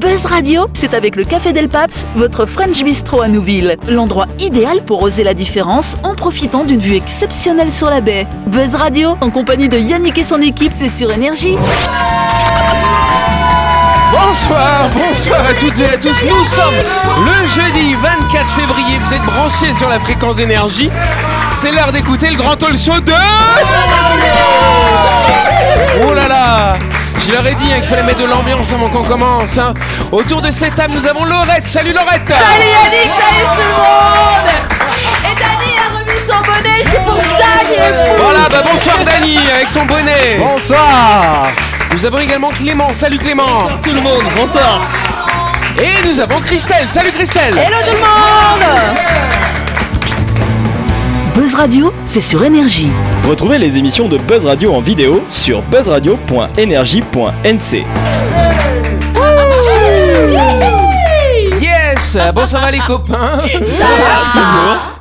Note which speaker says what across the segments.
Speaker 1: Buzz Radio, c'est avec le Café Del Paps, votre French Bistro à Nouville. L'endroit idéal pour oser la différence en profitant d'une vue exceptionnelle sur la baie. Buzz Radio, en compagnie de Yannick et son équipe, c'est sur Énergie.
Speaker 2: Bonsoir, bonsoir à toutes et à tous. Nous sommes le jeudi 24 février. Vous êtes branchés sur la fréquence d'énergie. C'est l'heure d'écouter le grand talk show de. Oh là là Je leur ai dit hein, qu'il fallait mettre de l'ambiance avant qu'on commence. hein. Autour de cette table, nous avons Laurette. Salut Laurette
Speaker 3: Salut Yannick, salut tout le monde Et Dani a remis son bonnet, c'est pour
Speaker 2: Oh,
Speaker 3: ça qu'il est fou
Speaker 2: Voilà, bah bonsoir Dany avec son bonnet.
Speaker 4: Bonsoir
Speaker 2: Nous avons également Clément. Salut Clément
Speaker 4: tout le monde, bonsoir
Speaker 2: Et nous avons Christelle. Salut Christelle
Speaker 3: Hello tout le monde
Speaker 1: Buzz Radio, c'est sur Énergie.
Speaker 4: Retrouvez les émissions de Buzz Radio en vidéo sur buzzradio.energie.nc
Speaker 2: Yes Bon, ça va les copains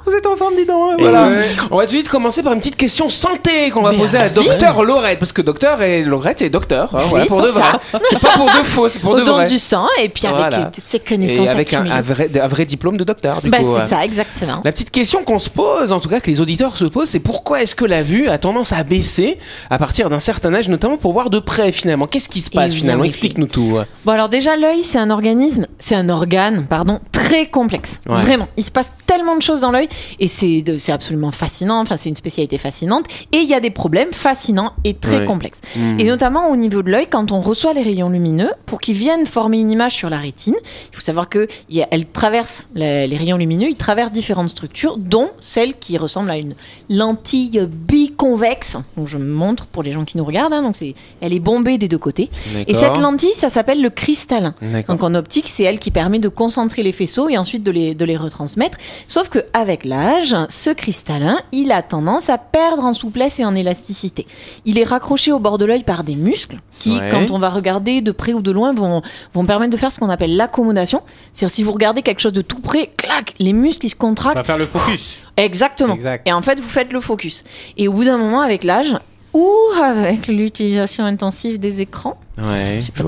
Speaker 2: Vous êtes en forme, dis donc. hein, voilà. On va tout de suite commencer par une petite question santé qu'on va poser à Docteur Laurette. Parce que Docteur et Laurette est docteur, hein, voilà, pour de vrai. C'est pas pour de faux, c'est pour de
Speaker 5: Au don
Speaker 2: vrai.
Speaker 5: du sang et puis avec
Speaker 2: Voilà.
Speaker 5: euh, toutes ces connaissances
Speaker 2: Et avec un,
Speaker 5: accumulées.
Speaker 2: un vrai, un vrai diplôme de docteur, du
Speaker 5: Bah,
Speaker 2: coup.
Speaker 5: c'est
Speaker 2: ouais.
Speaker 5: ça, exactement.
Speaker 2: La petite question qu'on se pose, en tout cas que les auditeurs se posent, c'est pourquoi est-ce que la vue a tendance à baisser à partir d'un certain âge, notamment pour voir de près finalement Qu'est-ce qui se passe
Speaker 5: oui,
Speaker 2: finalement
Speaker 5: oui.
Speaker 2: Explique-nous tout. ouais.
Speaker 5: Bon, alors déjà, l'œil, c'est un organisme, c'est un organe, pardon, très complexe.
Speaker 2: Ouais.
Speaker 5: Vraiment. Il se passe tellement de choses dans l'œil et c'est de- c'est absolument fascinant. Enfin, c'est une spécialité fascinante. Et il y a des problèmes fascinants et très
Speaker 2: Ouais.
Speaker 5: complexes.
Speaker 2: Hmm.
Speaker 5: Et notamment au niveau de l'œil, quand on reçoit les rayons lumineux, pour qu'ils viennent former une image sur la rétine, il faut savoir que il y a- elles traversent la- les rayons lumineux, ils traversent différentes structures, dont celle qui ressemble à une lentille biconvexe. Donc je montre pour les gens qui nous regardent. hein. donc c'est, elle est bombée des deux côtés. Et
Speaker 2: D'accord.
Speaker 5: cette lentille, ça s'appelle le cristallin.
Speaker 2: D'accord.
Speaker 5: Donc en optique, c'est elle qui permet de concentrer les faisceaux et ensuite de les, de les retransmettre. Sauf que avec l'âge, ce cristallin, il a tendance à perdre en souplesse et en élasticité. Il est raccroché au bord de l'œil par des muscles qui,
Speaker 2: Ouais.
Speaker 5: quand on va regarder de près ou de loin, vont, vont permettre de faire ce qu'on appelle l'accommodation. C'est-à-dire si vous regardez quelque chose de tout près, clac, les muscles ils se contractent.
Speaker 6: va faire le focus.
Speaker 5: Exactement.
Speaker 6: Exact.
Speaker 5: Et en fait, vous faites le focus. Et au bout d'un moment, avec l'âge ou avec l'utilisation intensive des écrans,
Speaker 2: Ouais.
Speaker 5: je peux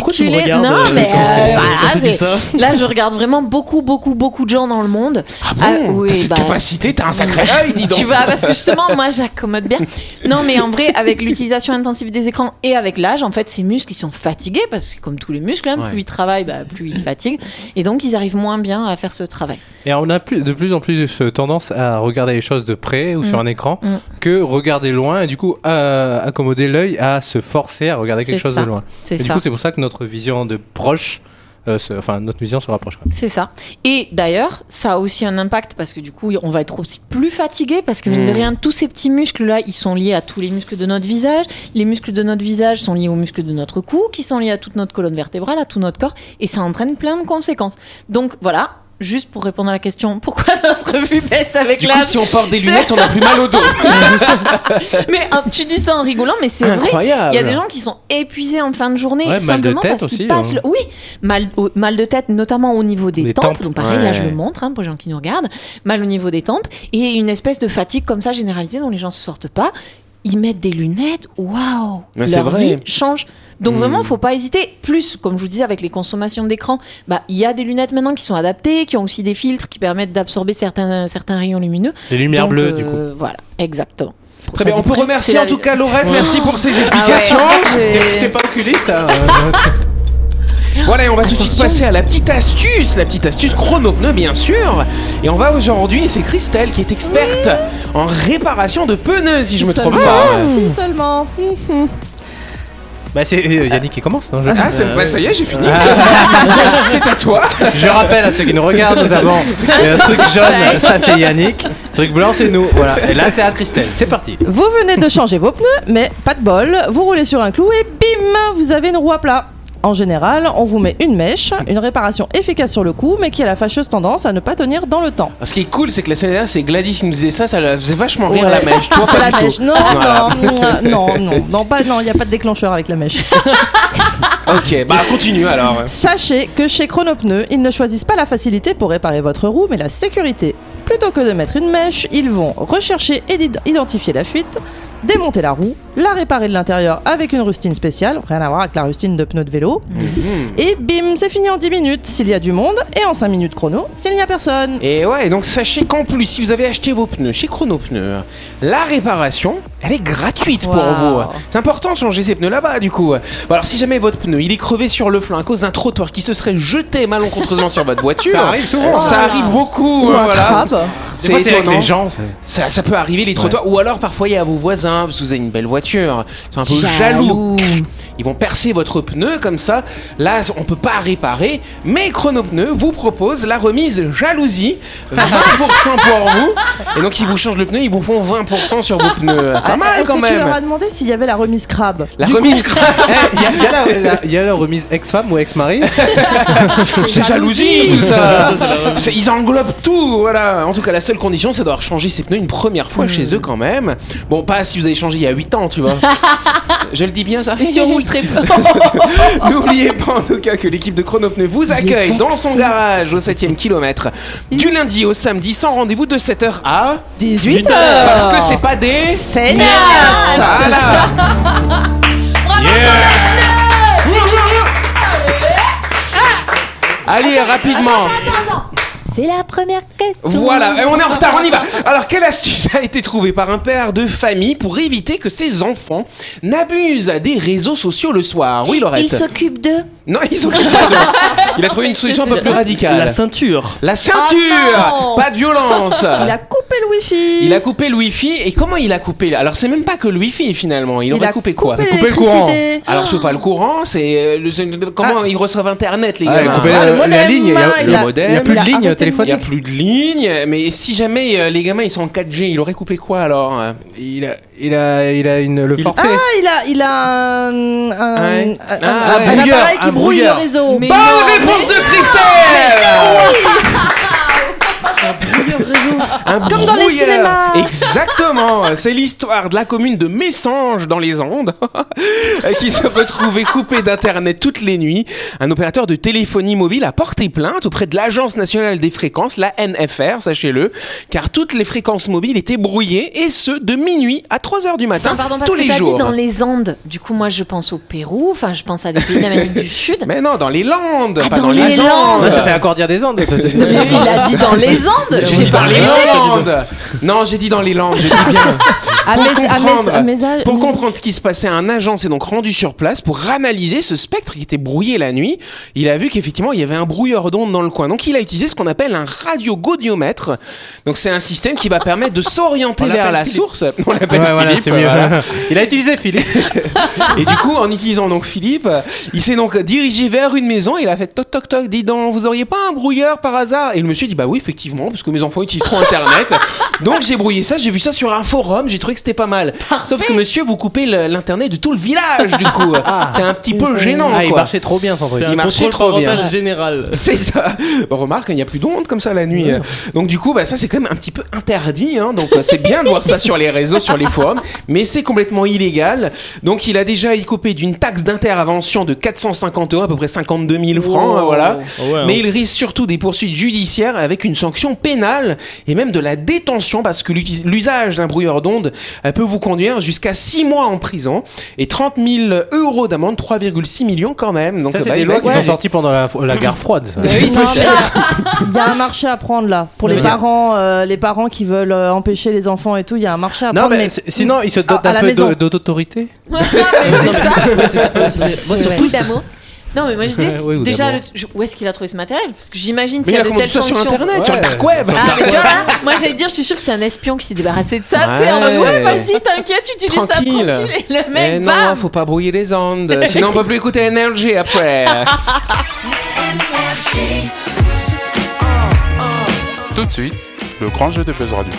Speaker 5: articuler. Non, mais euh, voilà, c'est- là, je regarde vraiment beaucoup, beaucoup, beaucoup de gens dans le monde.
Speaker 2: Ah bon
Speaker 5: Ah, oui,
Speaker 2: T'as cette
Speaker 5: bah-
Speaker 2: capacité, t'as un sacré œil, dis donc
Speaker 5: Tu vois, parce que justement, moi, j'accommode bien. Non, mais en vrai, avec l'utilisation intensive des écrans et avec l'âge, en fait, ces muscles, ils sont fatigués parce que c'est comme tous les muscles, hein,
Speaker 2: Ouais.
Speaker 5: plus ils travaillent, bah, plus ils se fatiguent, et donc ils arrivent moins bien à faire ce travail.
Speaker 6: Et on a plus- de plus en plus euh, tendance à regarder les choses de près ou sur un écran
Speaker 5: Mm.
Speaker 6: que regarder loin et du coup à- accommoder l'œil à se forcer à regarder quelque
Speaker 5: C'est
Speaker 6: chose
Speaker 5: ça.
Speaker 6: de loin.
Speaker 5: C'est
Speaker 6: Et du
Speaker 5: ça.
Speaker 6: coup, c'est pour ça que notre vision de proche, euh, se- enfin notre vision se rapproche. quoi.
Speaker 5: C'est ça. Et d'ailleurs, ça a aussi un impact parce que du coup, on va être aussi plus fatigué parce que mine de
Speaker 2: Mm.
Speaker 5: rien, tous ces petits muscles-là, ils sont liés à tous les muscles de notre visage. Les muscles de notre visage sont liés aux muscles de notre cou, qui sont liés à toute notre colonne vertébrale, à tout notre corps, et ça entraîne plein de conséquences. Donc voilà, juste pour répondre à la question, pourquoi notre vue baisse avec
Speaker 2: Du
Speaker 5: l'âge
Speaker 2: coup, si on porte des
Speaker 5: C'est-
Speaker 2: lunettes, on a plus mal au dos.
Speaker 5: Mais hein, tu dis ça en rigolant, mais
Speaker 2: Ah,
Speaker 5: c'est vrai.
Speaker 2: Incroyable.
Speaker 5: Il y a des gens qui sont épuisés en fin de journée
Speaker 6: Ouais, mal de
Speaker 5: simplement
Speaker 6: tête
Speaker 5: parce
Speaker 6: aussi,
Speaker 5: qu'ils passent.
Speaker 6: hein.
Speaker 5: le- Oui, mal, au- mal de tête, notamment au niveau des
Speaker 6: Des
Speaker 5: tempes.
Speaker 6: tempes.
Speaker 5: Donc pareil, là je
Speaker 2: Ouais.
Speaker 5: le montre hein, pour les gens qui nous regardent. Mal au niveau des tempes et une espèce de fatigue comme ça généralisée dont les gens se sortent pas. Ils mettent des lunettes. Waouh,
Speaker 2: Mais c'est
Speaker 5: leur
Speaker 2: vrai.
Speaker 5: vie change. Donc
Speaker 2: Hmm.
Speaker 5: vraiment, faut pas hésiter. Plus, comme je vous disais, avec les consommations d'écran, bah il y a des lunettes maintenant qui sont adaptées, qui ont aussi des filtres qui permettent d'absorber certains certains rayons lumineux.
Speaker 6: Les lumières
Speaker 5: Donc,
Speaker 6: bleues,
Speaker 5: euh,
Speaker 6: du coup.
Speaker 5: Voilà, exactement.
Speaker 2: Très bien, on peut
Speaker 5: C'est
Speaker 2: remercier
Speaker 5: la-
Speaker 2: en tout cas Laurette, merci pour ces
Speaker 5: Ah ouais,
Speaker 2: explications.
Speaker 5: j'ai-
Speaker 6: pas oculiste.
Speaker 2: hein. Voilà, et on va tout de suite
Speaker 5: Attention.
Speaker 2: passer à la petite astuce, la petite astuce chronopneu bien sûr. Et on va aujourd'hui, c'est Christelle qui est experte en réparation de pneus, si je me trompe
Speaker 5: seulement.
Speaker 2: pas.
Speaker 3: Si seulement
Speaker 6: Bah c'est euh, Yannick qui commence. Non, je...
Speaker 2: Ah, c'est- bah, ça y est, j'ai fini.
Speaker 5: Ah.
Speaker 2: c'est à toi.
Speaker 6: Je rappelle à ceux qui nous regardent, nous avons euh, truc jaune, ça c'est Yannick, truc blanc c'est nous, voilà. Et là c'est à Christelle. C'est parti.
Speaker 3: Vous venez de changer vos pneus, mais pas de bol. Vous roulez sur un clou et bim, vous avez une roue à plat. En général, on vous met une mèche, une réparation efficace sur le coup, mais qui a la fâcheuse tendance à ne pas tenir dans le temps.
Speaker 2: Ah, Ce qui est cool, c'est que la semaine dernière, c'est Gladys qui nous disait ça, ça la faisait vachement rire
Speaker 3: Ouais.
Speaker 2: la mèche. Toi,
Speaker 3: C'est
Speaker 2: pas
Speaker 3: la
Speaker 2: du tout.
Speaker 3: mèche. Non,
Speaker 2: Voilà.
Speaker 3: non, non, non, non, pas, non, il n'y a pas de déclencheur avec la mèche.
Speaker 2: Ok, bah continue alors.
Speaker 3: Sachez que chez Chronopneu, ils ne choisissent pas la facilité pour réparer votre roue, mais la sécurité. Plutôt que de mettre une mèche, ils vont rechercher et d'id- identifier la fuite, démonter la roue, la réparer de l'intérieur avec une rustine spéciale, rien à voir avec la rustine de pneus de vélo.
Speaker 2: Mhm.
Speaker 3: Et bim, c'est fini en 10 minutes s'il y a du monde et en 5 minutes chrono s'il n'y a personne.
Speaker 2: Et ouais, donc sachez qu'en plus, si vous avez acheté vos pneus chez Chrono Pneus, la réparation, elle est gratuite pour
Speaker 3: Waouh.
Speaker 2: vous. C'est important de changer ces pneus là-bas, du coup. Bon, alors, si jamais votre pneu, il est crevé sur le flanc à cause d'un trottoir qui se serait jeté malencontreusement sur votre voiture,
Speaker 6: Ça arrive souvent.
Speaker 2: ça arrive beaucoup.
Speaker 3: Ou
Speaker 2: hein,
Speaker 3: un
Speaker 2: voilà.
Speaker 3: crabe.
Speaker 6: C'est c'est avec
Speaker 2: étonnant.
Speaker 6: les gens. ça.
Speaker 2: Ça, ça peut arriver les trottoirs, ou alors parfois il y a vos voisins, parce que vous avez une belle voiture, ils sont un peu jaloux. Ils vont percer votre pneu comme ça. Là, on peut pas réparer, mais Chronopneu vous propose la remise jalousie, 20% pour vous. Et donc ils vous changent le pneu, ils vous font 20% sur vos pneus. Pas mal
Speaker 3: Ah, Est-ce
Speaker 2: quand
Speaker 3: que tu leur
Speaker 2: même.
Speaker 3: as demandé s'il y avait la remise crabe
Speaker 2: La remise,
Speaker 6: Eh, Il y, a- il y a la- la- il y a la remise ex-femme ou ex-mari.
Speaker 2: c'est jalousie tout ça. C'est- Ils englobent tout, voilà. En tout cas, la seule condition, c'est d'avoir changé ses pneus une première fois chez eux quand même. Bon, pas si vous avez changé il y a 8 ans, tu vois. Je le dis bien ça.
Speaker 5: Et si on roule très peu.
Speaker 2: N'oubliez pas en tout cas que l'équipe de Chronopneu vous accueille dans son garage au 7ème kilomètre du lundi au samedi sans rendez-vous de 7h à
Speaker 3: 18
Speaker 2: parce que c'est pas des
Speaker 3: Feignasse
Speaker 2: Ah. voilà. Allez rapidement
Speaker 5: C'est la première question.
Speaker 2: Voilà, et on est en retard, on y va. Alors, quelle astuce a été trouvée par un père de famille pour éviter que ses enfants n'abusent des réseaux sociaux le soir Oui, Laurette.
Speaker 5: Il s'occupe de.
Speaker 2: Non, ils ont pas de- Il a trouvé une solution un peu plus radicale.
Speaker 7: La ceinture.
Speaker 2: La ceinture
Speaker 5: Ah non
Speaker 2: Pas de violence
Speaker 3: Il a coupé le wifi
Speaker 2: Il a coupé le wifi et comment il a coupé Alors c'est même pas que le wifi finalement, il,
Speaker 3: Il
Speaker 2: aurait
Speaker 3: a
Speaker 2: coupé quoi
Speaker 3: coupé
Speaker 6: coupé le courant.
Speaker 3: l'électricité.
Speaker 2: Alors c'est pas le courant, c'est euh, le- c'est- comment ils reçoivent internet les
Speaker 6: Ah,
Speaker 2: gars
Speaker 6: elle a coupé
Speaker 3: Ah, le
Speaker 6: la- la
Speaker 3: modem,
Speaker 6: ligne. Il
Speaker 3: il
Speaker 6: y a- il y
Speaker 2: a-
Speaker 6: a- il y a plus
Speaker 3: il
Speaker 6: de
Speaker 3: a arrêté
Speaker 6: ligne
Speaker 3: le
Speaker 2: Il n'y a
Speaker 6: téléphonique.
Speaker 2: plus de ligne, mais si jamais euh, les gamins ils sont en 4G, il aurait coupé quoi alors euh
Speaker 6: Il a, il a, il a une, le
Speaker 2: Il-
Speaker 6: forfait.
Speaker 3: Ah, il a, il a un, un,
Speaker 2: Ouais.
Speaker 3: un-
Speaker 2: Ah,
Speaker 3: un-
Speaker 2: ouais.
Speaker 3: un
Speaker 6: Un
Speaker 3: appareil
Speaker 6: brouilleur,
Speaker 3: qui brouille le
Speaker 6: un brouilleur.
Speaker 3: réseau.
Speaker 2: Bonne réponse de
Speaker 5: Ah,
Speaker 2: Christelle Un
Speaker 3: Comme dans les
Speaker 2: brouilleur.
Speaker 3: cinémas.
Speaker 2: Exactement C'est l'histoire de la commune de Messanges dans les Andes qui se retrouvait coupée d'internet toutes les nuits. Un opérateur de téléphonie mobile a porté plainte auprès de l'Agence nationale des fréquences, la NFR, sachez-le, car toutes les fréquences mobiles étaient brouillées et ce de minuit à 3 heures du matin
Speaker 5: Enfin, Ah, pardon, parce
Speaker 2: Hein tous
Speaker 5: que
Speaker 2: les
Speaker 5: t'as
Speaker 2: jours.
Speaker 5: dit dans les Andes. Du coup, moi, je pense au Pérou. Enfin, je pense à des pays d'Amérique du Sud.
Speaker 2: Mais non, dans les Landes,
Speaker 5: Ah,
Speaker 2: pas
Speaker 5: dans
Speaker 2: dans, les,
Speaker 5: les
Speaker 2: Andes.
Speaker 5: Landes.
Speaker 6: Ah, ça fait encore dire des Andes.
Speaker 5: Mais il a dit dans les Andes.
Speaker 2: J'ai dit dans les Landes. Non, j'ai dit dans les Landes, j'ai dit bien.
Speaker 3: Un
Speaker 2: Pour
Speaker 3: mes- un mes-
Speaker 2: comprendre.
Speaker 3: un message-
Speaker 2: Pour comprendre ce qui se passait, un agent s'est donc rendu sur place pour analyser ce spectre qui était brouillé la nuit. Il a vu qu'effectivement, il y avait un brouilleur d'ondes dans le coin. Donc, il a utilisé ce qu'on appelle un radiogoniomètre. Donc, c'est un système qui va permettre de s'orienter
Speaker 6: On
Speaker 2: vers
Speaker 6: l'appelle
Speaker 2: la
Speaker 6: Philippe.
Speaker 2: source. On l'appelle
Speaker 6: Ouais, voilà,
Speaker 2: Philippe,
Speaker 6: c'est mieux.
Speaker 2: voilà.
Speaker 6: Il a utilisé Philippe.
Speaker 2: Et du coup, en utilisant donc Philippe, il s'est donc dirigé vers une maison et il a fait toc toc toc, dis donc, vous auriez pas un brouilleur par hasard Et le monsieur dit bah oui, effectivement, parce que mes enfants utilisent trop internet. donc j'ai brouillé ça, j'ai vu ça sur un forum, j'ai trouvé que c'était pas mal. Sauf que monsieur, vous coupez le- l'internet de tout le village du coup. C'est un petit peu gênant
Speaker 6: Ah, il
Speaker 2: quoi.
Speaker 6: marchait trop bien son truc.
Speaker 7: C'est
Speaker 2: Il
Speaker 7: un
Speaker 2: marchait
Speaker 7: contrôle
Speaker 2: trop bien.
Speaker 7: parental général.
Speaker 2: C'est ça. Bon, remarque, il n'y a plus d'ondes comme ça la nuit. Donc du coup, bah, ça c'est quand même un petit peu interdit. hein. Donc euh, c'est bien de voir ça sur les réseaux, sur les forums, mais c'est complètement illégal. Donc il a déjà écopé d'une taxe d'intervention de 450 euros, à peu près 52 000 francs, hein, voilà.
Speaker 7: Ah ouais, hein.
Speaker 2: Mais il risque surtout des poursuites judiciaires avec une sanction pénale et même de la détention parce que l'uti- l'usage d'un brouilleur d'ondes euh, peut vous conduire jusqu'à 6 mois en prison et 30 000 euros d'amende, 3,6 millions quand même. Donc
Speaker 6: Ça, c'est
Speaker 2: bah,
Speaker 6: des
Speaker 2: il va-
Speaker 6: lois qui
Speaker 2: il va-
Speaker 6: sont sorties pendant la, la guerre froide. ça.
Speaker 3: Oui, non, mais Il y a un marché à prendre là pour les
Speaker 2: Mais il y a-
Speaker 3: parents, euh, les parents qui veulent euh, empêcher les enfants et tout. Il y a un marché à
Speaker 6: Non,
Speaker 3: prendre.
Speaker 6: mais c- sinon, il se
Speaker 3: Ah,
Speaker 6: dote
Speaker 3: à
Speaker 6: d'un
Speaker 3: la
Speaker 6: peu
Speaker 3: maison.
Speaker 6: de- de- d'autorité.
Speaker 5: Moi, surtout d'amour. Non, mais moi, je disais,
Speaker 6: Ouais, ou
Speaker 5: déjà,
Speaker 6: d'amour.
Speaker 5: le- je- où est-ce qu'il a trouvé ce matériel Parce que j'imagine
Speaker 2: Mais
Speaker 5: s'il
Speaker 2: il
Speaker 5: y
Speaker 2: a
Speaker 5: a de
Speaker 2: commandé
Speaker 5: telles
Speaker 2: ça sur
Speaker 5: sanctions.
Speaker 2: internet, sur le
Speaker 6: Ouais.
Speaker 2: dark web.
Speaker 5: Ah, mais tu vois, moi j'allais dire, je suis sûre que c'est un espion qui s'est débarrassé de ça. Tu sais, en mode, ouais,
Speaker 2: Ouais.
Speaker 5: vas-y, t'inquiète, tu utilises ça,
Speaker 2: Tranquille.
Speaker 5: tranquille. Et le
Speaker 2: Mais
Speaker 5: mec,
Speaker 2: Eh non,
Speaker 5: bam
Speaker 2: faut pas brouiller les ondes. Sinon, on peut plus écouter NRG après.
Speaker 8: Tout de suite, le grand jeu de Buzz Radio.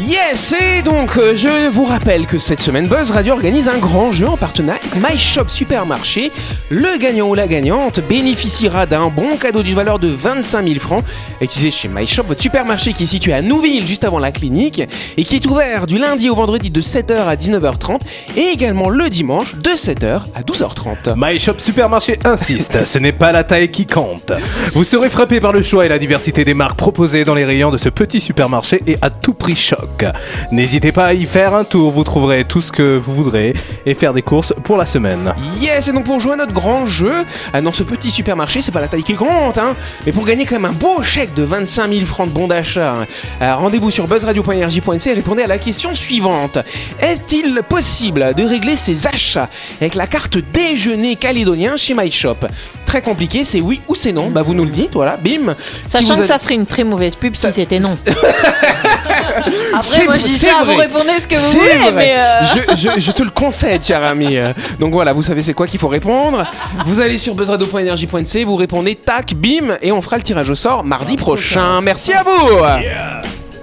Speaker 2: Yes, et donc euh, je vous rappelle que cette semaine Buzz Radio organise un grand jeu en partenariat avec My Shop Supermarché. Le gagnant ou la gagnante bénéficiera d'un bon cadeau d'une valeur de 25 000 francs et qui est chez My Shop, votre supermarché qui est situé à Nouville juste avant la clinique et qui est ouvert du lundi au vendredi de 7h à 19h30 et également le dimanche de 7h à 12h30.
Speaker 6: My Shop Supermarché insiste, ce n'est pas la taille qui compte. Vous serez frappé par le choix et la diversité des marques proposées dans les rayons de ce petit supermarché et à tout prix choc. Facebook. N'hésitez pas à y faire un tour, vous trouverez tout ce que vous voudrez et faire des courses pour la semaine.
Speaker 2: Yes, et donc pour jouer à notre grand jeu, ah, dans ce petit supermarché, c'est pas la taille qui compte, hein, mais pour gagner quand même un beau chèque de 25 000 francs de bon d'achat, hein, euh, rendez-vous sur buzzradio.energie.nc et répondez à la question suivante. Est-il possible de régler ses achats avec la carte déjeuner calédonien chez MyShop Très compliqué, c'est oui ou c'est non, bah vous nous le dites, voilà, bim. Si
Speaker 5: Sachant
Speaker 2: vous
Speaker 5: que
Speaker 2: avez-
Speaker 5: ça ferait une très mauvaise pub
Speaker 2: Ça-
Speaker 5: si c'était non.
Speaker 2: C'est-
Speaker 5: Après, moi, je dis
Speaker 2: c'est
Speaker 5: ça,
Speaker 2: vrai.
Speaker 5: vous répondez ce que vous
Speaker 2: C'est
Speaker 5: voulez,
Speaker 2: vrai.
Speaker 5: mais. euh,
Speaker 2: je, je- je te le conseille, cher ami. Euh, Donc voilà, vous savez c'est quoi qu'il faut répondre. Vous allez sur buzzradio.energie.nc, vous répondez tac, bim, et on fera le tirage au sort mardi prochain. Merci à vous.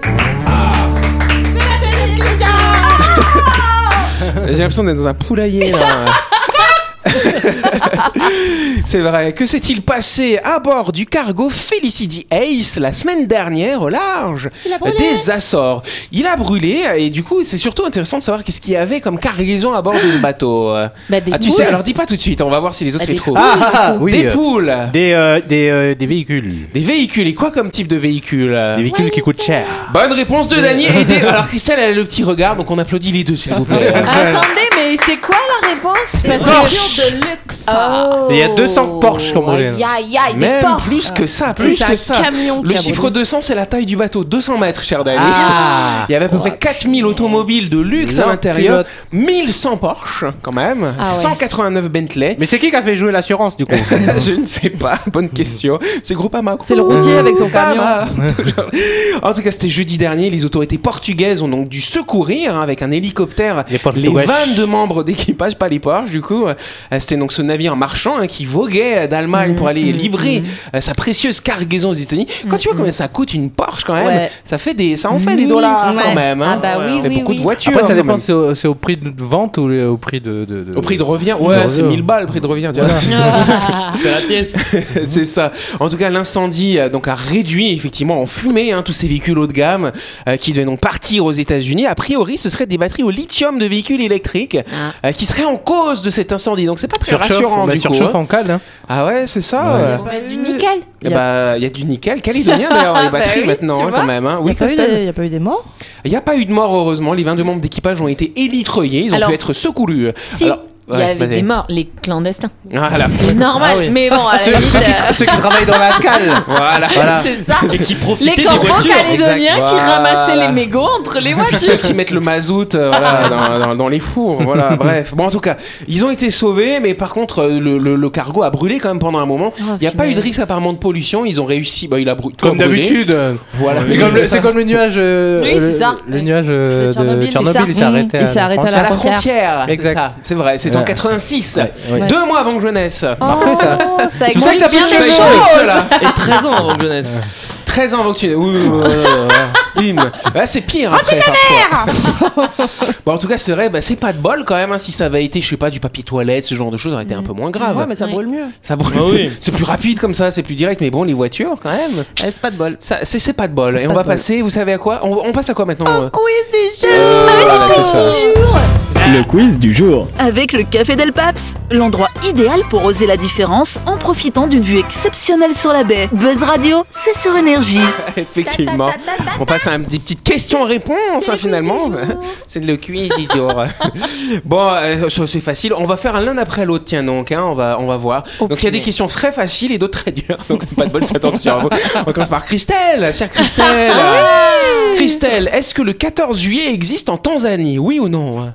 Speaker 2: J'ai l'impression d'être dans un poulailler là. C'est vrai. Que s'est-il passé à bord du cargo Felicity Ace la semaine dernière au large des Açores Il a brûlé et du coup, c'est surtout intéressant de savoir qu'est-ce qu'il y avait comme cargaison à bord de ce bateau.
Speaker 5: bah, des
Speaker 2: Ah, tu
Speaker 5: boules.
Speaker 2: sais, alors dis pas tout de suite, on va voir si les autres
Speaker 5: Bah,
Speaker 2: les
Speaker 5: des
Speaker 2: trouvent.
Speaker 6: Ah, ah, ah, oui,
Speaker 2: des
Speaker 6: euh,
Speaker 2: poules
Speaker 6: des, euh, des, euh, des véhicules.
Speaker 2: Des véhicules, et quoi comme type de véhicule
Speaker 6: Des véhicules qui coûtent cher.
Speaker 2: Bonne réponse de Dany et des- Alors Christelle, elle a le petit regard, donc on applaudit les deux, s'il vous plaît.
Speaker 5: Ah, Attendez, mais c'est quoi la réponse Parce que-
Speaker 6: Porsche
Speaker 3: de luxe.
Speaker 5: Oh.
Speaker 6: Il y a 200 Porsche, comme on dit.
Speaker 5: Aïe, aïe, aïe, des
Speaker 2: Même
Speaker 5: Porsche.
Speaker 2: plus que ça, plus
Speaker 5: C'est
Speaker 2: que
Speaker 5: un
Speaker 2: ça.
Speaker 5: camion
Speaker 2: Le
Speaker 5: qui a
Speaker 2: chiffre
Speaker 5: brûlé.
Speaker 2: 200, c'est la taille du bateau, 200 mètres, cher Dany.
Speaker 6: Ah.
Speaker 2: Il y avait à peu près 4000 automobiles de luxe à
Speaker 6: La
Speaker 2: l'intérieur, 1100 Porsche quand même,
Speaker 5: Ah ouais.
Speaker 2: 189 Bentley.
Speaker 6: Mais c'est qui qui a fait jouer l'assurance du coup
Speaker 2: Je ne sais pas, bonne question. C'est Groupama.
Speaker 3: C'est le routier avec son
Speaker 2: Groupama. en tout cas, c'était jeudi dernier. Les autorités portugaises ont donc dû secourir hein, avec un hélicoptère
Speaker 6: Les
Speaker 2: les
Speaker 6: Portugais.
Speaker 2: 22 membres d'équipage, pas les Porsche du coup. Euh, C'était donc ce navire marchand hein, qui voguait d'Allemagne
Speaker 3: Mmh.
Speaker 2: pour aller livrer euh, sa précieuse cargaison aux États-Unis. Quand tu vois combien ça coûte une Porsche quand même,
Speaker 3: Mmh. Ouais.
Speaker 2: ça fait des, ça en fait des dollars quand
Speaker 5: Ouais.
Speaker 2: même. hein.
Speaker 5: Ah bah oui,
Speaker 2: Ça fait
Speaker 5: oui,
Speaker 2: beaucoup
Speaker 5: oui.
Speaker 2: de voitures.
Speaker 6: Après, ça
Speaker 2: hein,
Speaker 6: dépend,
Speaker 2: quand
Speaker 6: c'est au, c'est au prix de vente ou le- au prix de. de- de-
Speaker 2: même. Au prix de revient, ouais,
Speaker 6: de
Speaker 2: c'est
Speaker 6: revient.
Speaker 2: 1000 balles le prix de revient. tu vois.
Speaker 5: Ah.
Speaker 4: C'est la pièce.
Speaker 2: C'est ça. En tout cas, l'incendie euh, donc a réduit effectivement en fumée hein, tous ces véhicules haut de gamme euh, qui devaient donc partir aux États-Unis. A priori, ce seraient des batteries au lithium de véhicules électriques euh, qui seraient en cause de cet incendie. Donc c'est pas très
Speaker 6: Surchauffe,
Speaker 2: rassurant
Speaker 6: on met
Speaker 2: du coup.
Speaker 6: surchauffe
Speaker 2: hein.
Speaker 6: en cale. hein.
Speaker 2: Ah ouais, c'est ça.
Speaker 6: Ouais.
Speaker 2: euh.
Speaker 5: On va du nickel.
Speaker 2: Eh bah, Il y a du nickel calédonien d'ailleurs dans les
Speaker 5: Bah
Speaker 2: batteries
Speaker 5: oui,
Speaker 2: maintenant
Speaker 5: tu
Speaker 2: hein,
Speaker 5: vois.
Speaker 2: quand même. hein.
Speaker 3: Il
Speaker 2: Oui,
Speaker 3: n'y a, pas eu
Speaker 2: Christelle
Speaker 3: des- y a pas eu des morts
Speaker 2: Il n'y a pas eu de mort heureusement. Les 22 membres d'équipage ont été élitreillés. Ils ont
Speaker 5: Alors-
Speaker 2: pu être secourus.
Speaker 5: Si,
Speaker 2: Alors,
Speaker 5: il y
Speaker 2: ouais,
Speaker 5: avait
Speaker 2: vas-y.
Speaker 5: des morts, les clandestins.
Speaker 2: Voilà.
Speaker 5: Normal,
Speaker 6: Ah oui.
Speaker 5: mais bon, à la
Speaker 6: Ceux,
Speaker 5: limite,
Speaker 6: ceux qui,
Speaker 5: euh,
Speaker 6: ceux qui travaillent dans la cale.
Speaker 2: Voilà.
Speaker 6: Voilà.
Speaker 5: c'est ça.
Speaker 4: Et qui
Speaker 5: Les
Speaker 4: profitait des
Speaker 5: corbeaux
Speaker 4: voitures.
Speaker 5: calédoniens
Speaker 2: Exact.
Speaker 5: qui
Speaker 2: Voilà.
Speaker 5: ramassaient les mégots entre les
Speaker 2: Puis
Speaker 6: Ah,
Speaker 5: voitures.
Speaker 2: ceux qui mettent le mazout euh, voilà, dans, dans- dans les fours, voilà, bref. Bon, en tout cas, ils ont été sauvés, mais par contre, euh, le, le- le cargo a brûlé quand même pendant un moment.
Speaker 3: Ah,
Speaker 2: Il n'y a pas eu de risque apparemment de pollution, ils ont réussi, bah, il a brûlé.
Speaker 6: Ah, Comme d'habitude.
Speaker 2: Voilà.
Speaker 6: C'est comme, le- c'est comme le nuage. euh,
Speaker 5: Oui, c'est ça.
Speaker 6: Le, le nuage euh,
Speaker 3: Le Tchernobyl,
Speaker 6: de
Speaker 3: c'est ça.
Speaker 6: Tchernobyl, il s'est arrêté.
Speaker 3: Il s'est arrêté à
Speaker 2: à
Speaker 3: la
Speaker 2: la
Speaker 3: frontière.
Speaker 2: frontière. c'est
Speaker 6: Exact.
Speaker 2: ça, C'est vrai, c'est en
Speaker 6: Ouais.
Speaker 2: 86.
Speaker 6: Ouais.
Speaker 2: Deux mois avant que je naisse.
Speaker 3: Oh,
Speaker 6: Parfait, ça.
Speaker 5: ça
Speaker 6: Tu sais que
Speaker 5: explique
Speaker 6: t'as
Speaker 5: bien
Speaker 6: bien
Speaker 5: les
Speaker 6: fait.
Speaker 5: choses.
Speaker 2: cela.
Speaker 4: Et 13 ans avant que je naisse.
Speaker 2: 13 ans avant que tu. Oui, oui, oui, oui, oui, oui. Bim. Ah, c'est pire après. parfois. bon, en tout cas, c'est vrai, bah, c'est pas de bol quand même. hein. Si ça avait été, je sais pas, du papier toilette, ce genre de choses aurait été un peu moins grave.
Speaker 3: Mm. Ouais, mais ça
Speaker 5: Ouais.
Speaker 3: brûle mieux.
Speaker 2: Ça brûle.
Speaker 4: Ah oui.
Speaker 2: C'est plus rapide comme ça, c'est plus direct, mais bon, les voitures quand même.
Speaker 3: Eh, C'est pas de bol.
Speaker 2: Ça, c'est, c'est pas de bol.
Speaker 3: C'est
Speaker 2: Et on
Speaker 3: pas
Speaker 2: va
Speaker 3: de bol. Oh,
Speaker 2: passer, vous savez à quoi on, on passe à quoi maintenant euh
Speaker 5: Quiz du jeu.
Speaker 2: voilà, c'est ça.
Speaker 4: Le quiz du jour.
Speaker 1: Avec le Café Del Paps, l'endroit idéal pour oser la différence en profitant d'une vue exceptionnelle sur la baie. Buzz Radio, c'est sur énergie.
Speaker 2: Effectivement. On passe à un petit- petites questions-réponses hein, finalement. c'est le quiz du jour. bon, euh, ça, c'est facile. On va faire l'un après l'autre, tiens donc. hein, on, va, on va voir. donc il y a des questions très faciles et d'autres très dures. Donc pas de bol, ça tombe sur vous. On commence par Christelle, chère Christelle. Christelle, est-ce que le 14 juillet existe en Tanzanie Oui ou non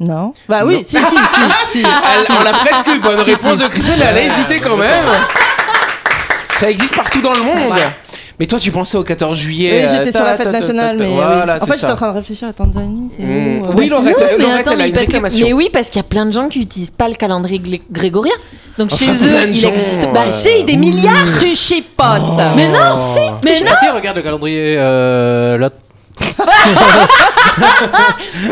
Speaker 3: Non Bah oui, si, si, si. si.
Speaker 2: Elle- on a presque eu bonne
Speaker 3: Si,
Speaker 2: réponse
Speaker 3: si.
Speaker 2: de Christelle, mais elle a hésité quand même. Ça existe partout dans le monde. Mais toi, tu pensais au 14 juillet.
Speaker 3: Oui,
Speaker 2: euh,
Speaker 3: j'étais sur
Speaker 2: ta,
Speaker 3: la
Speaker 2: ta,
Speaker 3: fête
Speaker 2: ta, ta,
Speaker 3: nationale,
Speaker 2: ta.
Speaker 3: mais. oui.
Speaker 2: Voilà,
Speaker 3: En
Speaker 2: c'est
Speaker 3: fait, j'étais en
Speaker 2: ça.
Speaker 3: train de réfléchir à Tanzanie, c'est
Speaker 2: Mm.
Speaker 3: où euh,
Speaker 2: Oui, Laurette,
Speaker 5: Non, mais
Speaker 2: Laurette,
Speaker 5: attends,
Speaker 2: elle a
Speaker 5: mais
Speaker 2: une
Speaker 5: parce que-
Speaker 2: réclamation.
Speaker 5: mais oui, parce qu'il y a plein de gens qui n'utilisent pas le calendrier glé- grégorien. Donc
Speaker 2: Enfin,
Speaker 5: chez
Speaker 2: Oh, plein
Speaker 5: eux,
Speaker 2: de
Speaker 5: il
Speaker 2: gens,
Speaker 5: existe.
Speaker 2: euh, Oh.
Speaker 5: Bah, si, des milliards de chipotes. Mais non, si. Mais non.
Speaker 6: Si, regarde le calendrier. Euh, l'autre.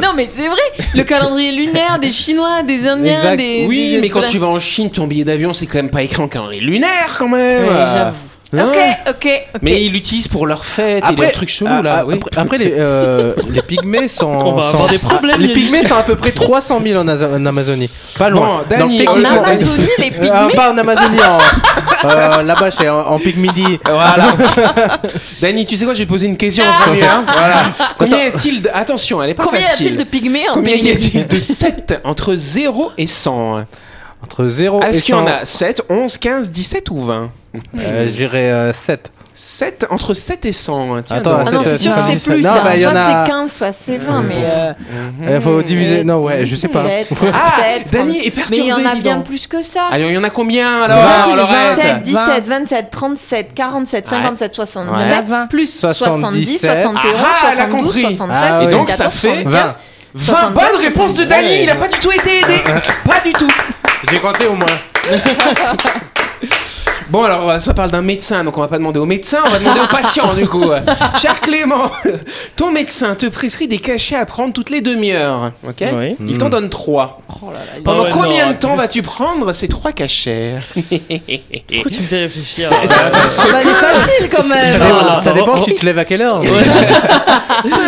Speaker 5: Non, mais c'est vrai. Le calendrier lunaire des Chinois, des Indiens,
Speaker 6: Exact.
Speaker 5: des.
Speaker 2: Oui,
Speaker 5: des-
Speaker 2: mais quand
Speaker 5: voilà.
Speaker 2: tu vas en Chine, ton billet d'avion, c'est quand même pas écran quand on est lunaire quand même.
Speaker 5: Ouais, j'avoue.
Speaker 2: Non.
Speaker 5: Ok, ok, ok.
Speaker 2: Mais ils l'utilisent pour leur fête et les trucs chelous
Speaker 6: ah,
Speaker 2: là.
Speaker 6: ah,
Speaker 2: oui.
Speaker 6: Après, après, les, euh, les pygmées sont.
Speaker 4: On va
Speaker 6: sont- ah,
Speaker 4: avoir des problèmes,
Speaker 6: Les
Speaker 4: Yannick.
Speaker 6: pygmées sont à peu près 300 000 en, Aza- en Amazonie. Pas
Speaker 2: Bon,
Speaker 6: loin.
Speaker 2: Dany,
Speaker 6: Donc,
Speaker 5: En
Speaker 6: techniquement-
Speaker 5: Amazonie, les
Speaker 6: Euh, euh,
Speaker 5: pygmées.
Speaker 6: pas en Amazonie, en- euh, là-bas, c'est en, en Pygmidie.
Speaker 2: Voilà. Dany, tu sais quoi, j'ai posé une question en premier. hein. Voilà. Combien y a-t-il de... Attention, elle est pas
Speaker 5: Combien y a-t-il
Speaker 2: facile.
Speaker 5: de pygmées en
Speaker 2: Combien y
Speaker 5: Pygmée
Speaker 2: a-t-il de 7 entre 0 et 100
Speaker 6: Entre 0 Oh, et 100.
Speaker 2: Ah, Est-ce qu'il y en a 7, 11, 15, 17 ou 20
Speaker 6: Euh, Je dirais 7.
Speaker 2: 7 entre 7 et 100. Tiens,
Speaker 6: Attends,
Speaker 2: donc.
Speaker 5: Ah non, c'est
Speaker 6: C'était
Speaker 5: sûr que c'est
Speaker 6: 70,
Speaker 5: plus.
Speaker 6: non,
Speaker 5: hein.
Speaker 6: bah, il y en
Speaker 5: soit
Speaker 6: a-
Speaker 5: c'est 15, soit c'est 20. Mais. euh,
Speaker 6: Il faut diviser. Non, ouais, je sais pas.
Speaker 7: Sept,
Speaker 2: Mhm. Ah,
Speaker 7: sept,
Speaker 2: Dany
Speaker 7: trente-
Speaker 2: est perturbé,
Speaker 7: Mais il y en a
Speaker 2: dis
Speaker 7: bien
Speaker 2: donc.
Speaker 7: plus que ça.
Speaker 2: Allez, il y en a combien
Speaker 6: Vingt,
Speaker 2: alors Laurette
Speaker 7: 27, 17, 27, 37, 47, 57, 77,
Speaker 3: vingt.
Speaker 7: plus
Speaker 6: 77,
Speaker 7: 70, 71,
Speaker 2: Ah, elle a
Speaker 7: 72,
Speaker 2: compris.
Speaker 7: 73,
Speaker 6: Ah oui.
Speaker 2: Dis donc,
Speaker 7: 74,
Speaker 2: ça fait
Speaker 6: 20.
Speaker 7: 75.
Speaker 2: 20
Speaker 7: 76,
Speaker 2: bonnes réponses de Dany, il a pas du tout été aidé. Pas du tout.
Speaker 6: J'ai compté au moins.
Speaker 2: Bon, alors euh, ça parle d'un médecin, donc on va pas demander au médecin, on va demander au patient du coup. Cher Clément, ton médecin te prescrit des cachets à prendre toutes les demi-heures, ok
Speaker 4: Oui.
Speaker 2: Il t'en donne trois.
Speaker 4: Oh
Speaker 2: Pendant
Speaker 4: ouais,
Speaker 2: combien
Speaker 4: non.
Speaker 2: de temps vas-tu prendre ces trois cachets
Speaker 4: Pourquoi tu me fais réfléchir
Speaker 3: Ah bah, elle est facile quand
Speaker 6: Ça
Speaker 3: même.
Speaker 6: dépend,
Speaker 4: Ah,
Speaker 6: ça dépend,
Speaker 4: oh,
Speaker 6: tu te lèves à quelle heure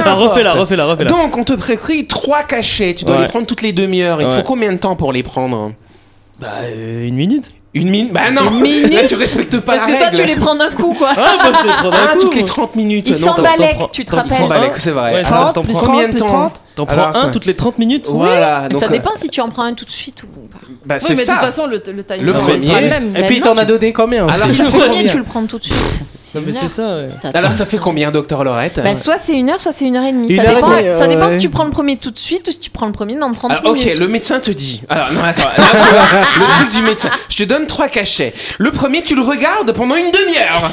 Speaker 4: Ah, refais-la, refais-la, refais-la.
Speaker 2: Donc on te prescrit trois cachets, tu dois
Speaker 4: Ouais.
Speaker 2: les prendre toutes les demi-heures. Il te
Speaker 4: Ouais.
Speaker 2: faut combien de temps pour les prendre
Speaker 4: Bah, euh, une minute.
Speaker 2: Une minute Bah non
Speaker 7: Une minute
Speaker 2: Là tu respectes pas
Speaker 7: Parce
Speaker 2: la
Speaker 7: que toi,
Speaker 2: règle.
Speaker 7: tu les prends d'un coup, quoi.
Speaker 4: Ah, bah, je les prends d'un
Speaker 2: Ah,
Speaker 4: coup,
Speaker 2: toutes les
Speaker 4: moi.
Speaker 2: 30 minutes.
Speaker 7: Ils
Speaker 2: non, t'en-
Speaker 4: t'en
Speaker 7: s'emballent,
Speaker 4: prends-
Speaker 7: tu te
Speaker 4: t'en-
Speaker 2: Ils s'en
Speaker 7: rappelles.
Speaker 2: balèquent, c'est vrai.
Speaker 4: Ouais,
Speaker 2: Alors,
Speaker 4: trente,
Speaker 2: t'en
Speaker 4: plus
Speaker 2: prends
Speaker 4: trente,
Speaker 2: combien de
Speaker 3: plus
Speaker 2: temps
Speaker 3: trente.
Speaker 4: T'en
Speaker 2: Alors,
Speaker 4: prends
Speaker 2: ça-
Speaker 4: un toutes les 30 minutes
Speaker 2: Voilà, donc
Speaker 7: ça
Speaker 2: euh,
Speaker 7: dépend si tu en prends un tout de suite ou pas.
Speaker 2: bah,
Speaker 3: Oui,
Speaker 2: c'est
Speaker 3: mais de toute
Speaker 2: ça.
Speaker 3: façon, le, le timing
Speaker 2: Le
Speaker 3: sera
Speaker 2: premier.
Speaker 3: le même.
Speaker 6: Et puis, t'en as donné combien
Speaker 2: Alors, ça
Speaker 6: aussi
Speaker 7: Si le
Speaker 2: fait
Speaker 7: premier,
Speaker 2: combien
Speaker 7: tu le prends tout de suite.
Speaker 4: Non,
Speaker 7: une
Speaker 4: mais c'est
Speaker 7: heure.
Speaker 4: ça. ouais.
Speaker 7: Si t'attends.
Speaker 2: Alors ça fait combien, docteur Lorette
Speaker 7: Bah, soit c'est une heure, soit c'est une heure et demie.
Speaker 6: Une
Speaker 7: ça
Speaker 6: heure et
Speaker 7: dépend,
Speaker 6: demie,
Speaker 7: ça
Speaker 6: euh,
Speaker 7: dépend
Speaker 6: ouais.
Speaker 7: si tu prends le premier tout de suite ou si tu prends le premier dans 30
Speaker 2: Alors, Ah, ok,
Speaker 7: minutes.
Speaker 2: le médecin te dit. Alors, non, attends, là, tu vois, le truc du médecin. Je te donne trois cachets. Le premier, tu le regardes pendant une demi-heure.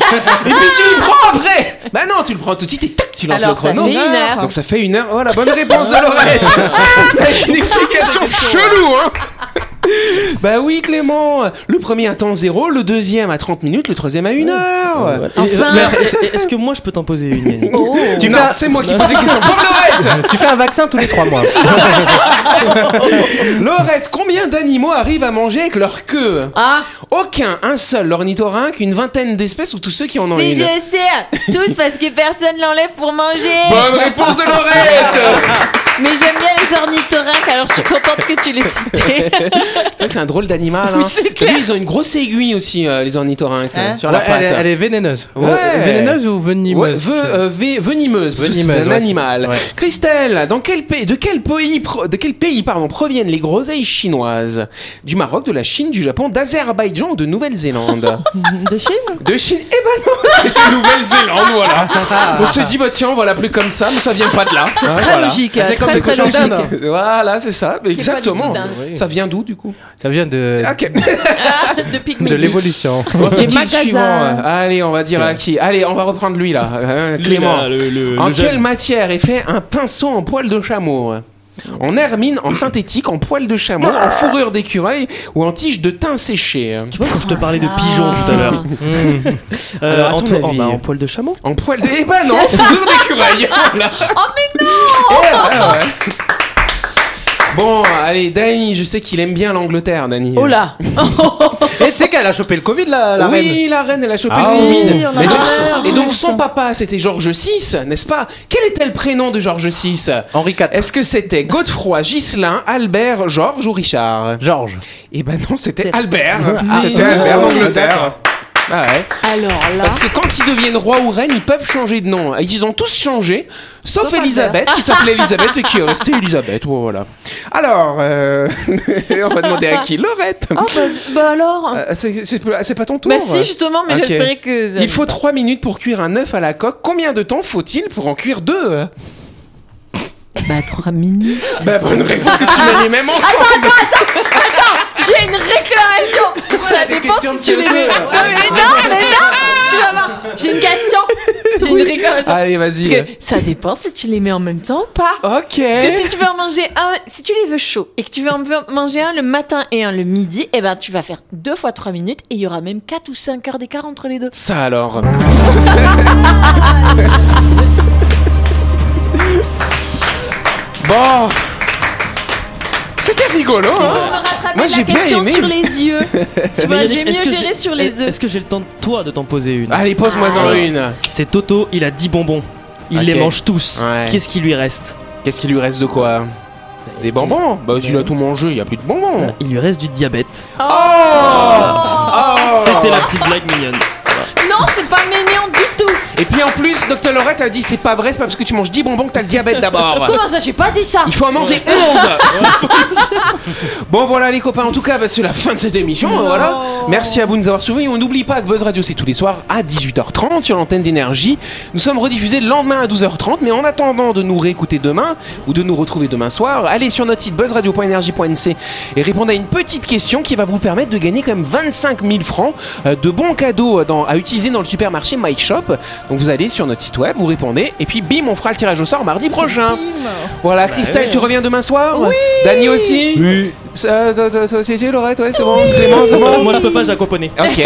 Speaker 2: Et puis, tu le prends après. Bah non, tu le prends tout de suite et tac, tu lances
Speaker 7: Alors,
Speaker 2: le chrono.
Speaker 7: ça fait une heure.
Speaker 2: Donc, ça fait une heure. Oh, la bonne réponse de Lorette. Ah, avec une explication chelou, hein. Bah oui, Clément. Le premier à temps zéro, le deuxième à 30 minutes, le troisième à une heure.
Speaker 4: Ouais.
Speaker 7: Enfin.
Speaker 4: Et- euh, mais est-ce- est-ce- Est-ce que moi je peux t'en poser une Yannick
Speaker 7: Oh.
Speaker 2: Tu non, c'est moi qui pose des questions pour Lorette.
Speaker 6: Tu fais un vaccin tous les 3 mois.
Speaker 2: Lorette, combien d'animaux arrivent à manger avec leur queue
Speaker 7: Ah,
Speaker 2: Aucun, un seul, l'ornithorynque, une vingtaine d'espèces ou tous ceux qui en ont
Speaker 7: mais
Speaker 2: une.
Speaker 7: je sais, tous parce que personne l'enlève pour manger.
Speaker 2: Bonne réponse de Lorette
Speaker 7: Mais j'aime bien les ornithorynques, alors je suis contente que tu les cites.
Speaker 2: C'est vrai que c'est un drôle d'animal. Hein.
Speaker 7: Oui, c'est
Speaker 2: T'as vu, ils ont une grosse aiguille aussi, euh, les ornithorynques, là,
Speaker 7: Hein
Speaker 2: sur la
Speaker 6: Ouais,
Speaker 2: patte.
Speaker 6: elle, est- elle est vénéneuse.
Speaker 2: Ouais.
Speaker 6: Euh, Vénéneuse ou
Speaker 2: Ouais,
Speaker 6: venimeuse
Speaker 2: ve- euh, ve- venimeuse, parce que
Speaker 6: Venimeuse,
Speaker 2: c'est un
Speaker 6: ouais.
Speaker 2: animal.
Speaker 6: Ouais.
Speaker 2: Christelle, dans quel pays, de quel pays, pro- de quel pays pardon, proviennent les groseilles chinoises Du Maroc, de la Chine, du Japon, d'Azerbaïdjan ou de Nouvelle-Zélande
Speaker 3: De Chine
Speaker 2: De Chine Eh ben non, c'était Nouvelle-Zélande, voilà.
Speaker 6: Ah.
Speaker 2: On se dit, bah tiens, on va l'appeler comme ça, mais ça vient pas de là. Hein,
Speaker 3: Très
Speaker 2: voilà.
Speaker 3: logique.
Speaker 6: Ah, c'est comme
Speaker 3: très,
Speaker 6: les
Speaker 3: très
Speaker 6: cochons
Speaker 3: logique.
Speaker 6: d'Inde.
Speaker 2: Voilà, c'est ça,
Speaker 7: pas
Speaker 2: mais
Speaker 7: du tout
Speaker 2: exactement.
Speaker 7: dingue.
Speaker 6: Oui. Ah,
Speaker 2: Ça vient d'où du coup
Speaker 6: Ça vient de,
Speaker 4: Euh,
Speaker 2: Ok.
Speaker 7: De
Speaker 6: de
Speaker 7: Pygmée.
Speaker 6: l'évolution.
Speaker 2: Bon, c'est qui le
Speaker 3: magasins.
Speaker 2: suivant euh Allez, on va dire
Speaker 6: C'est-
Speaker 2: à qui Allez, on va reprendre lui là, hein,
Speaker 4: Lui,
Speaker 2: Clément.
Speaker 4: là, le- le-
Speaker 2: en
Speaker 4: le jeune.
Speaker 2: quelle matière est fait un pinceau en poil de chameau En hermine, en synthétique, en poil de chameau, en fourrure d'écureuil ou en tige de thym séché
Speaker 4: Tu vois quand je te parlais de
Speaker 2: Ah.
Speaker 4: pigeon tout à l'heure Euh,
Speaker 2: Alors, à
Speaker 4: en,
Speaker 2: ton
Speaker 4: to- en-
Speaker 2: avis.
Speaker 4: bah, en poil de chameau
Speaker 2: En poil de... Eh ben non, en fourrure d'écureuil voilà. Oh mais non Bon, allez, Dany, je sais qu'il aime bien l'Angleterre, Dany.
Speaker 5: Oh là
Speaker 6: Et tu sais qu'elle a chopé le Covid, la, la
Speaker 2: oui,
Speaker 6: reine
Speaker 2: la reine, elle a chopé
Speaker 6: Ah
Speaker 2: le
Speaker 6: oui,
Speaker 2: Covid.
Speaker 6: on en
Speaker 2: Mais
Speaker 6: a
Speaker 2: donc
Speaker 6: parlé,
Speaker 2: son-
Speaker 7: on en
Speaker 2: et
Speaker 7: a
Speaker 2: donc
Speaker 7: parlé.
Speaker 2: son papa, c'était Georges VI, n'est-ce pas Quel était le prénom de Georges VI
Speaker 6: Henri IV.
Speaker 2: Est-ce que c'était Godefroy, Ghislain, Albert, Georges ou Richard
Speaker 6: Georges.
Speaker 2: Eh ben non, c'était Albert.
Speaker 6: Ah,
Speaker 2: C'était Albert d'Angleterre. Ah ouais.
Speaker 5: Alors là.
Speaker 2: Parce que quand ils deviennent roi ou reine, ils peuvent changer de nom. Ils ont tous changé, sauf, Elisabeth, qui s'appelait Elisabeth et qui est restée Elisabeth. Bon, voilà. Alors, euh, on va demander à qui Lorette.
Speaker 7: Oh, bah, bah alors
Speaker 2: Euh, c'est- c'est c'est pas ton tour
Speaker 7: Bah si, justement, mais
Speaker 2: Ok.
Speaker 7: j'espérais que...
Speaker 2: Il faut 3 minutes pour cuire un œuf à la coque. Combien de temps faut-il pour en cuire deux hein
Speaker 5: Bah, 3 minutes.
Speaker 2: Bah bonne réponse que tu mets les mêmes ensemble.
Speaker 7: J'ai une réclamation Ça dépend si tu les mets... Non, mais non, mais non Tu vas voir, j'ai une question J'ai une réclamation
Speaker 2: Allez,
Speaker 7: Parce
Speaker 2: vas-y.
Speaker 7: que ça dépend si tu les mets en même temps ou pas
Speaker 2: OK.
Speaker 7: Parce que si tu veux en manger un, si tu les veux chauds et que tu veux en manger un le matin et un le midi, eh ben tu vas faire deux fois trois minutes et il y aura même quatre ou cinq heures d'écart entre les deux.
Speaker 2: Ça alors. bon. C'était rigolo, hein
Speaker 7: rattraper la
Speaker 2: Moi, j'ai bien
Speaker 7: question
Speaker 2: aimé.
Speaker 7: sur les yeux. tu vois,
Speaker 4: Mais
Speaker 7: j'ai
Speaker 4: Yannick,
Speaker 7: mieux
Speaker 4: est-ce que
Speaker 7: géré
Speaker 4: j'ai-
Speaker 7: sur les œufs.
Speaker 4: Est-ce que j'ai le temps, de toi, de t'en poser une
Speaker 2: Allez, pose-moi
Speaker 7: Ah,
Speaker 2: en
Speaker 4: Allez.
Speaker 2: une.
Speaker 4: C'est Toto, il a 10 bonbons. Il les
Speaker 2: Ok.
Speaker 4: mange tous.
Speaker 2: Ouais.
Speaker 4: Qu'est-ce qui lui reste
Speaker 2: Qu'est-ce qu'il lui reste de quoi Des bonbons Bah, s'il a tout mangé, il n'y a plus de bonbons.
Speaker 4: Euh, Il lui reste du diabète.
Speaker 2: Oh,
Speaker 7: Oh
Speaker 4: C'était la petite blague mignonne.
Speaker 7: Non, c'est pas mignon du tout.
Speaker 2: Et puis en plus, Docteur Laurette a dit c'est pas vrai, c'est pas parce que tu manges 10 bonbons que t'as le diabète d'abord.
Speaker 7: Comment ça, j'ai pas dit ça
Speaker 2: Il faut en manger 11 Bon voilà les copains, en tout cas bah, c'est la fin de cette émission, voilà. Merci à vous de nous avoir suivis. On n'oublie pas que Buzz Radio c'est tous les soirs à 18h30 sur l'antenne d'énergie. Nous sommes rediffusés le lendemain à 12h30, mais en attendant de nous réécouter demain ou de nous retrouver demain soir, allez sur notre site buzzradio.energie.nc et répondez à une petite question qui va vous permettre de gagner quand même 25 000 francs euh, de bons cadeaux dans- à utiliser dans le supermarché My Shop. Donc vous allez sur notre site web, vous répondez et puis bim on fera le tirage au sort mardi prochain. Voilà, Christelle, tu reviens demain soir Oui Dany aussi
Speaker 6: Oui.
Speaker 2: Ça, ça, ça, ça aussi, si, Laurette, ouais, c'est bon Clément, c'est bon
Speaker 4: Moi je peux pas, j'ai accompagné.
Speaker 2: Ok.